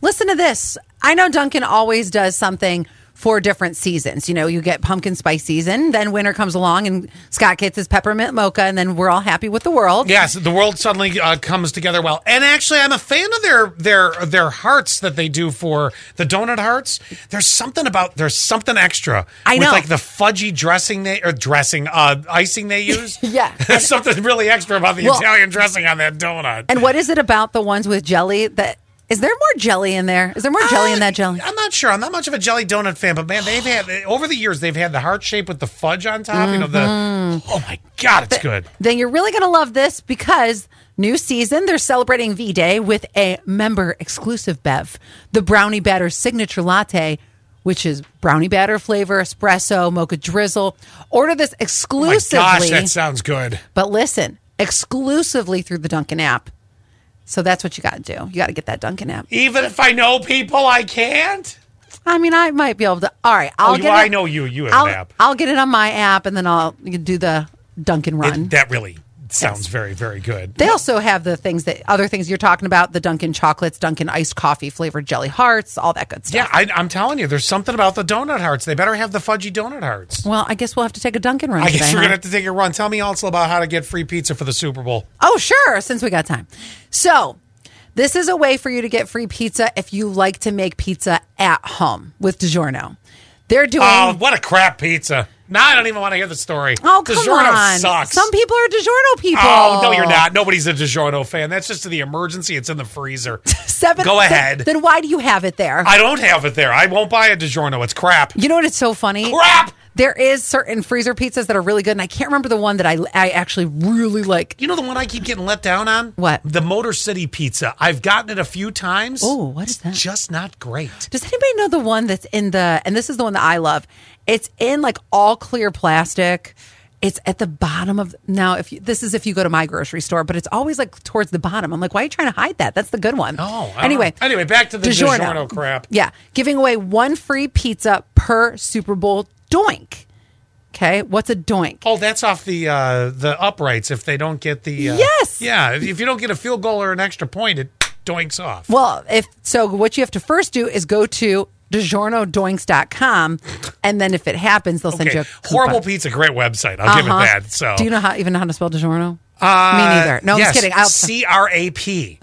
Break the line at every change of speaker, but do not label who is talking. listen to this. I know Duncan always does something for different seasons. You know, you get pumpkin spice season, then winter comes along, and Scott gets his peppermint mocha, and then we're all happy with the world.
Yes, the world suddenly uh, comes together well. And actually, I'm a fan of their their their hearts that they do for the donut hearts. There's something about there's something extra.
I know.
with like the fudgy dressing they or dressing uh, icing they use.
Yeah.
there's something really extra about the
Well-
Italian dressing on that donut.
And what is it about the ones with jelly that is there more jelly in there? Is there more jelly in that jelly?
I'm not sure. I'm not much of a jelly donut fan, but man, they've had over the years they've had the heart shape with the fudge on top. You know the
Mm-hmm.
oh my god, it's good.
Then you're really going to love this because new season, they're celebrating V Day with a member exclusive bev, the Brownie Batter Signature Latte, which is brownie batter flavor, espresso, mocha drizzle. Order this
Oh My
exclusively.
gosh, that sounds good.
But listen, exclusively through the Duncan app. So that's what you got to do. You got to get that Duncan app.
Even if I know people, I can't.
I mean, I might be able to. All right, I'll
Oh, you-
get.
I
it-
know you. You have
I'll,
an app.
I'll get it on my app, and then I'll do the Duncan run.
That really sounds very, very good.
they also have the things that other things you're talking about: the Duncan chocolates, Duncan iced coffee flavored jelly hearts, all that good
yeah,
stuff.
I, I'm telling you, there's something about the donut hearts. They better have the fudgy donut hearts.
Well, I guess we'll have to take a Duncan run.
I
today,
guess we're
huh?
gonna have to take a run. Tell me also about how to get free pizza for the Super Bowl.
Oh, sure, since we got time. So, this is a way for you to get free pizza if you like to make pizza at home with DiGiorno. They're doing.
Oh, what a crap pizza! No, I don't even want to hear the story.
Oh, come
DiGiorno
on.
sucks.
Some people are DiGiorno people.
Oh no, you're not. Nobody's a DiGiorno fan. That's just the emergency. It's in the freezer.
Seven,
Go
then-
ahead.
Then, why do you have it there?
I don't have it there. I won't buy a DiGiorno. It's crap.
you know what? It's so funny.
Crap.
There is certain freezer pizzas that are really good, and I can't remember the one that I, I actually really like.
You know the one I keep getting let down on?
What?
The Motor City Pizza. I've gotten it a few times.
Oh, what is that?
Just not great.
Does anybody know the one that's in the? And this is the one that I love. It's in like all clear plastic. It's at the bottom of now. If you, this is if you go to my grocery store, but it's always like towards the bottom. I'm like, why are you trying to hide that? That's the good one.
No, I don't
Anyway.
know. Oh, Anyway, back to the DiGiorno crap.
Yeah, giving away one free pizza per Super Bowl doink. Okay, what's a doink?
Oh, that's off the uh, the uprights. If they don't get the uh,
Yes!
yeah. If if you don't get a field goal or an extra point, it doinks off.
Well, if so, what you have to first do is go to DiGiornoDoinks.com, and then if it happens, they'll send you
okay,
a coupon.
horrible pizza, great website. I'll give it
Uh-huh.
that. So
do you know how even know how to spell DiGiorno?
Uh,
Me neither. No, I'm
yes,
just kidding. I'll,
C R A P.